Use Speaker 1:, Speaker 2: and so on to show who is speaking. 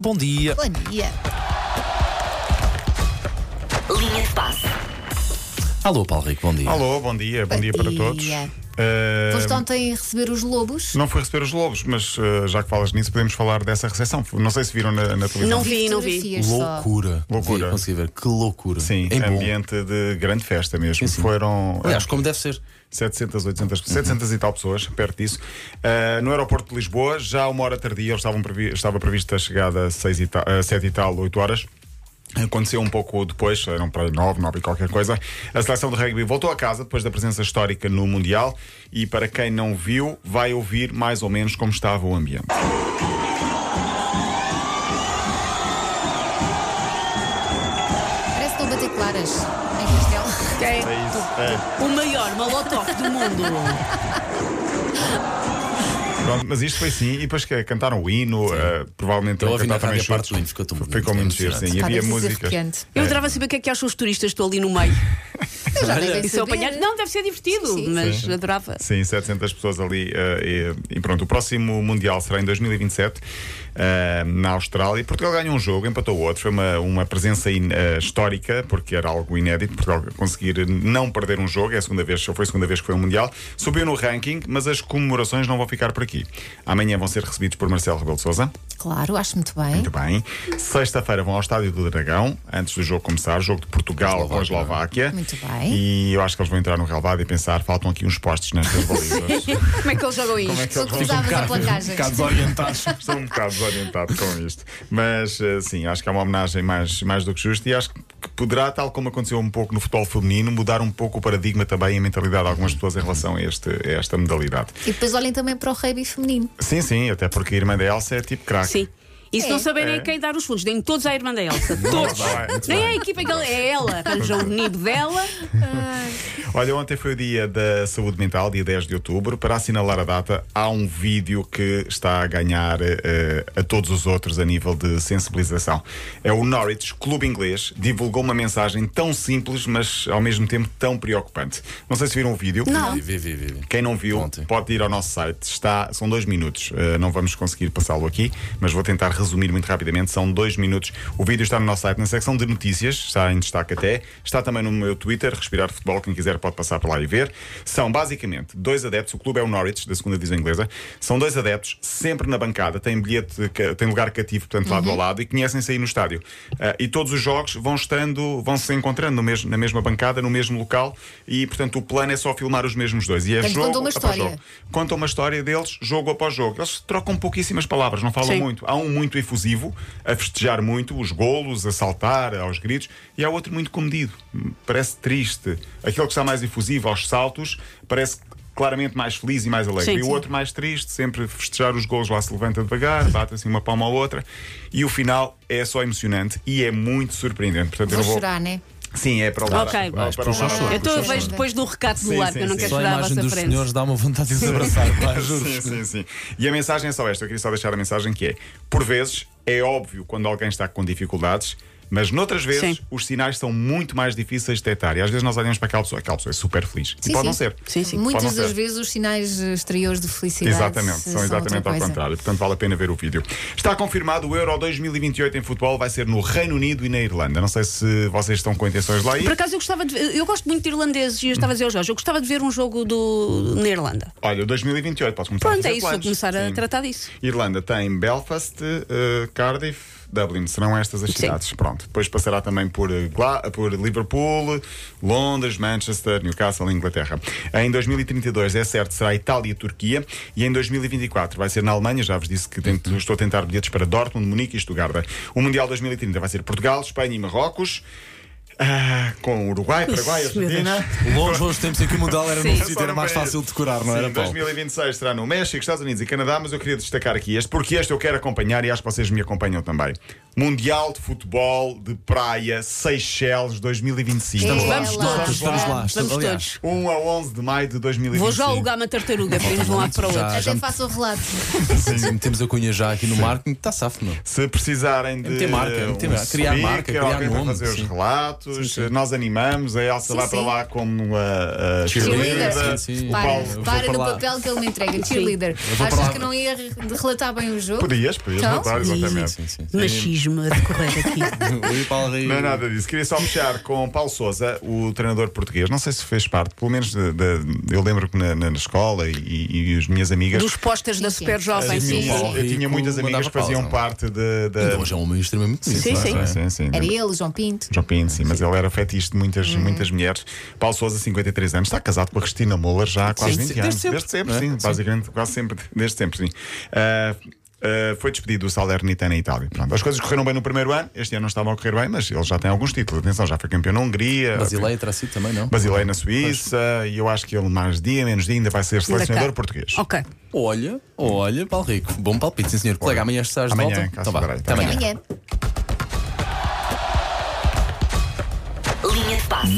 Speaker 1: Bom dia.
Speaker 2: Bom dia.
Speaker 3: Linha de passe.
Speaker 1: Alô, Paulo Rico, bom dia.
Speaker 4: Alô, bom dia, bom,
Speaker 2: Bom
Speaker 4: dia, para
Speaker 2: dia. Então
Speaker 4: todos. Eh,
Speaker 2: Foste ontem receber os lobos?
Speaker 4: não fui receber os lobos, mas eh, já que falas nisso, podemos falar dessa recepção. Não sei se viram na, na televisão.
Speaker 3: Não vi. assim.
Speaker 2: fotografias só.
Speaker 1: Loucura.
Speaker 4: Loucura.
Speaker 1: Vi, consegui ver, que loucura.
Speaker 4: Sim,
Speaker 1: em É bom.
Speaker 4: ambiente de grande festa mesmo.
Speaker 1: Sim, sim.
Speaker 4: Foram eh,
Speaker 1: Aliás, como deve ser.
Speaker 4: 700,
Speaker 1: Uhum.
Speaker 4: 800, 700 e tal pessoas, perto disso. Eh, no aeroporto de Lisboa, já uma hora tardia, eles estavam previ- estava prevista a chegada a 6 e tal, eh, 7 e tal, 8 horas. Aconteceu um pouco depois, eram para aí 9, 9 e qualquer coisa. A seleção de rugby voltou a casa depois da presença histórica no Mundial. E para quem não viu, vai ouvir mais ou menos como estava o ambiente.
Speaker 2: Parece que estão a bater claras em Castelo.
Speaker 4: É isso. É.
Speaker 3: O maior molotov do mundo.
Speaker 4: Pronto, mas isto foi sim, e depois que cantaram o hino, eh, provavelmente
Speaker 1: Eu
Speaker 4: não
Speaker 1: ouvi na
Speaker 4: cantar também
Speaker 1: rádio a parte do hino,
Speaker 4: chutes.
Speaker 1: ficou tão bonito.
Speaker 4: Ficou
Speaker 1: É
Speaker 4: muito giro,
Speaker 1: emocionante.
Speaker 4: sim. E havia
Speaker 2: Acaba de ser
Speaker 4: música.
Speaker 2: arrepiante.
Speaker 3: Eu adorava saber o que é que acham os turistas, estou ali no meio.
Speaker 2: Eu já nem
Speaker 1: Olha.
Speaker 2: dei
Speaker 3: E se eu
Speaker 2: saber.
Speaker 3: apanhar. Não, deve ser divertido,
Speaker 2: Sim, sim.
Speaker 3: mas adorava.
Speaker 4: Sim, 700 pessoas ali. eh, e, e pronto, o próximo Mundial será em 2027, eh, na Austrália. Portugal ganhou um jogo, empatou outro. Foi uma, uma presença in- eh, histórica, porque era algo inédito. Portugal conseguir não perder um jogo. É a segunda vez, só foi a segunda vez que foi um Mundial. Subiu no ranking, mas as comemorações não vão ficar por aqui. Amanhã vão ser recebidos por Marcelo Rebelo de Souza.
Speaker 2: Claro, acho muito bem.
Speaker 4: Muito bem. Sexta-feira vão ao Estádio do Dragão, antes do jogo começar, jogo de Portugal com a Eslováquia.
Speaker 2: Muito bem.
Speaker 4: E eu acho que eles vão entrar no relvado e pensar: faltam aqui uns postes nestas balizas.
Speaker 3: Como é que eles jogam isto?
Speaker 4: Como é que
Speaker 2: Só
Speaker 4: eles
Speaker 2: que
Speaker 4: vão
Speaker 2: usavas a
Speaker 1: bocado-
Speaker 4: Um
Speaker 2: placagem.
Speaker 1: desorientados.
Speaker 4: Estou um bocado desorientado com isto. Mas eh, sim, acho que é uma homenagem mais, mais do que justa e acho que poderá, tal como aconteceu um pouco no futebol feminino, mudar um pouco o paradigma também e a mentalidade de algumas pessoas em relação a, este, a esta modalidade.
Speaker 2: E depois olhem também para o rugby feminino.
Speaker 4: Sim, sim, até porque a irmã da Elsa é tipo craque.
Speaker 3: Sim. E se
Speaker 2: É.
Speaker 3: não saberem a quem dar os fundos, deem todos à irmã da Elsa. Todos.
Speaker 4: bem, muito
Speaker 3: Nem
Speaker 4: bem.
Speaker 3: é a equipa que ela é ela. Arranjam o nido dela.
Speaker 4: Olha, ontem foi o dia da saúde mental, dia 10 de outubro. Para assinalar a data, há um vídeo que está a ganhar eh, a todos os outros a nível de sensibilização. É o Norwich Clube Inglês, divulgou uma mensagem tão simples, mas ao mesmo tempo tão preocupante. Não sei se viram o vídeo.
Speaker 3: Não.
Speaker 1: Vi, vi, vi, vi.
Speaker 4: Quem não viu,
Speaker 1: Ontem.
Speaker 4: pode ir ao nosso site. Está, são dois minutos. Eh, não vamos conseguir passá-lo aqui, mas vou tentar resumir muito rapidamente. São dois minutos. O vídeo está no nosso site, na secção de notícias, está em destaque até. Está também no meu Twitter, Respirar Futebol. Quem quiser pode passar por lá e ver. São basicamente dois adeptos. O clube é o Norwich, da segunda divisão inglesa. São dois adeptos, sempre na bancada. Têm bilhete, ca- têm lugar cativo, portanto, lado a lado, e conhecem-se aí no estádio. Eh, e todos os jogos vão estando, vão se encontrando no mesmo- na mesma bancada, no mesmo local, e portanto o plano é só filmar os mesmos dois. E é
Speaker 2: Portanto,
Speaker 4: jogo
Speaker 2: contam uma
Speaker 4: após
Speaker 2: história.
Speaker 4: jogo. Contam uma história deles, jogo após jogo. Eles trocam pouquíssimas palavras, não falam
Speaker 3: Sim.
Speaker 4: muito. Há um muito efusivo, a festejar muito, os golos, a saltar, aos gritos, e há outro muito comedido. Parece triste. Aquele que está mais efusivo, aos saltos, parece claramente mais feliz e mais alegre.
Speaker 3: Sim,
Speaker 4: e o
Speaker 3: sim.
Speaker 4: outro mais triste, sempre festejar os golos lá se levanta devagar, bate assim uma palma à outra. E o final é só emocionante e é muito surpreendente. Portanto, eu
Speaker 2: Vou
Speaker 4: não vou...
Speaker 2: chorar, né?
Speaker 4: Sim, é para o lado.
Speaker 3: Ok.
Speaker 4: Para o
Speaker 1: puxa o
Speaker 4: lado-
Speaker 1: choro,
Speaker 3: Então
Speaker 1: puxa
Speaker 3: eu
Speaker 1: o
Speaker 3: vejo
Speaker 1: choro.
Speaker 3: depois do recado do
Speaker 4: Sim,
Speaker 3: lar,
Speaker 4: sim,
Speaker 3: que eu não
Speaker 4: sim.
Speaker 3: quero
Speaker 1: Só a
Speaker 3: chorar à
Speaker 1: imagem
Speaker 3: vossa
Speaker 1: dos
Speaker 3: frente.
Speaker 1: senhores dá uma vontade de é? se abraçar, pá, juro.
Speaker 4: Sim, sim, sim. E a mensagem é só esta. Eu queria só deixar a mensagem que é: por vezes é óbvio quando alguém está com dificuldades. Mas noutras vezes
Speaker 3: Sim.
Speaker 4: os sinais são muito mais difíceis de detectar. E às vezes nós olhamos para aquela pessoa, aquela pessoa é super feliz.
Speaker 2: Sim,
Speaker 4: e pode
Speaker 2: sim.
Speaker 4: não ser.
Speaker 3: Sim, sim.
Speaker 4: Pode não
Speaker 2: Muitas das
Speaker 4: ser.
Speaker 2: vezes os sinais eh, exteriores de felicidade.
Speaker 4: Exatamente, são exatamente
Speaker 2: outra
Speaker 4: ao
Speaker 2: coisa.
Speaker 4: contrário. Portanto, vale a pena ver o vídeo. Está confirmado o Euro 2028 em futebol, vai ser no Reino Unido e na Irlanda. Não sei se vocês estão com intenções lá
Speaker 3: Por
Speaker 4: ir.
Speaker 3: acaso eu gostava de ver, eu gosto muito de irlandeses e eu estava a dizer aos gajos, eu gostava de ver um jogo do, na Irlanda.
Speaker 4: Olha, 2028, posso começar a
Speaker 3: Pronto,
Speaker 4: fazer
Speaker 3: é isso, vou
Speaker 4: planos.
Speaker 3: começar a
Speaker 4: Sim.
Speaker 3: tratar disso.
Speaker 4: Irlanda tem Belfast, eh, Cardiff, Dublin. Serão estas as
Speaker 3: Sim.
Speaker 4: cidades. Pronto. Depois passará também por, eh, Gla- por Liverpool, Londres, Manchester, Newcastle, Inglaterra. Em 2032, é certo, será Itália e Turquia. E em 2024 vai ser na Alemanha. Já vos disse que tento-
Speaker 3: Uhum.
Speaker 4: estou a tentar bilhetes para Dortmund, Munique e Stuttgart. O Mundial 2030 vai ser Portugal, Espanha e Marrocos. Ah, com Uruguai, Paraguai,
Speaker 3: Isso, meu Deus.
Speaker 4: Argentina.
Speaker 1: Longe aos tempos em que o Mundial era num
Speaker 3: Sim.
Speaker 1: sítio, era mais fácil de decorar, não
Speaker 4: Sim,
Speaker 1: era, Paulo?
Speaker 4: 2026 será no México, Estados Unidos e Canadá, mas eu queria destacar aqui este, porque este eu quero acompanhar e acho que vocês me acompanham também. Mundial de Futebol de Praia, Seychelles 2025.
Speaker 2: Estamos lá.
Speaker 3: Vamos
Speaker 2: Ela.
Speaker 3: todos,
Speaker 1: Estamos lá, estamos,
Speaker 3: Vamos
Speaker 1: aliás.
Speaker 3: todos.
Speaker 4: 1 a 11 de maio de 2025.
Speaker 3: Vou já alugar uma tartaruga para irmos de um lado para o
Speaker 1: Já.
Speaker 4: Ah,
Speaker 3: outro.
Speaker 2: Até faço o relato.
Speaker 1: Sim, sim, Metemos a cunha já aqui no marketing, está safo, não? é?
Speaker 4: Se precisarem de
Speaker 1: meter marca, meter
Speaker 4: um
Speaker 1: marca, criar marca,
Speaker 4: speaker,
Speaker 1: criar
Speaker 4: alguém vai
Speaker 1: nome,
Speaker 4: fazer os
Speaker 1: sim.
Speaker 4: relatos, abraços,
Speaker 1: Sim, sim.
Speaker 4: nós animamos, a Elsa
Speaker 2: Sim,
Speaker 4: vai para
Speaker 2: sim.
Speaker 4: lá como a, a
Speaker 1: Cheerleader.
Speaker 4: cheerleader,
Speaker 1: Sim, sim.
Speaker 4: o
Speaker 2: Para,
Speaker 4: Paulo.
Speaker 1: vou
Speaker 2: para
Speaker 1: para
Speaker 2: no
Speaker 1: lá.
Speaker 2: papel que ele me entrega, cheerleader.
Speaker 1: Eu vou para
Speaker 2: Achas
Speaker 1: lá.
Speaker 2: que não ia re- relatar bem o jogo?
Speaker 4: Podias, podias
Speaker 2: Então?
Speaker 4: voltar, exatamente.
Speaker 1: Sim, sim, sim.
Speaker 3: Machismo a decorrer aqui.
Speaker 1: Oi, Paulo Rico.
Speaker 4: Não é nada disso. Queria só fechar com Paulo Souza, o treinador português. Não sei se fez parte, pelo menos da- da- eu lembro que na, na- na escola e, e- e as minhas amigas.
Speaker 3: Dos posters da
Speaker 2: Sim, sim.
Speaker 3: Super Jovem.
Speaker 1: Sim,
Speaker 4: eu,
Speaker 1: sim. Paulo
Speaker 4: eu tinha
Speaker 1: Rico
Speaker 4: muitas amigas
Speaker 1: mandava
Speaker 4: que faziam
Speaker 1: Paulo,
Speaker 4: parte de, da-
Speaker 1: Então, hoje é um homem extremamente bonito.
Speaker 3: Sim,
Speaker 1: não é?
Speaker 3: sim.
Speaker 1: Não é?
Speaker 4: Sim, sim.
Speaker 2: Era ele, João Pinto.
Speaker 4: João Pinto,
Speaker 1: Ah,
Speaker 4: sim, mas ele era fetiche de muitas,
Speaker 1: Uhum.
Speaker 4: muitas mulheres. Paulo Souza, 53 anos, está casado com a Cristina Moller já há quase
Speaker 1: Sim,
Speaker 4: 20
Speaker 1: desde
Speaker 4: anos.
Speaker 1: sempre,
Speaker 4: desde sempre,
Speaker 1: não é?
Speaker 4: sim.
Speaker 1: Sim.
Speaker 4: Basicamente, quase sempre, desde sempre, sim. Ah, ah, foi despedido do Salernitana em Itália. Pronto, as coisas correram bem no primeiro ano, este ano não estavam a correr bem, mas ele já tem alguns títulos. Atenção, já foi campeão na Hungria,
Speaker 1: Basileia terá sido também, não?
Speaker 4: Basileia na Suíça, e eu acho que ele mais dia, menos dia, ainda vai ser selecionador português.
Speaker 3: Ok.
Speaker 1: Olha, olha, Paulo Rico. Bom palpite, sim, senhor. Colega, amanhã estás de
Speaker 4: Amanhã,
Speaker 1: volta.
Speaker 4: cá
Speaker 1: Então vá,
Speaker 4: estarei.
Speaker 1: até amanhã.
Speaker 2: Amanhã.
Speaker 5: Linha de passe.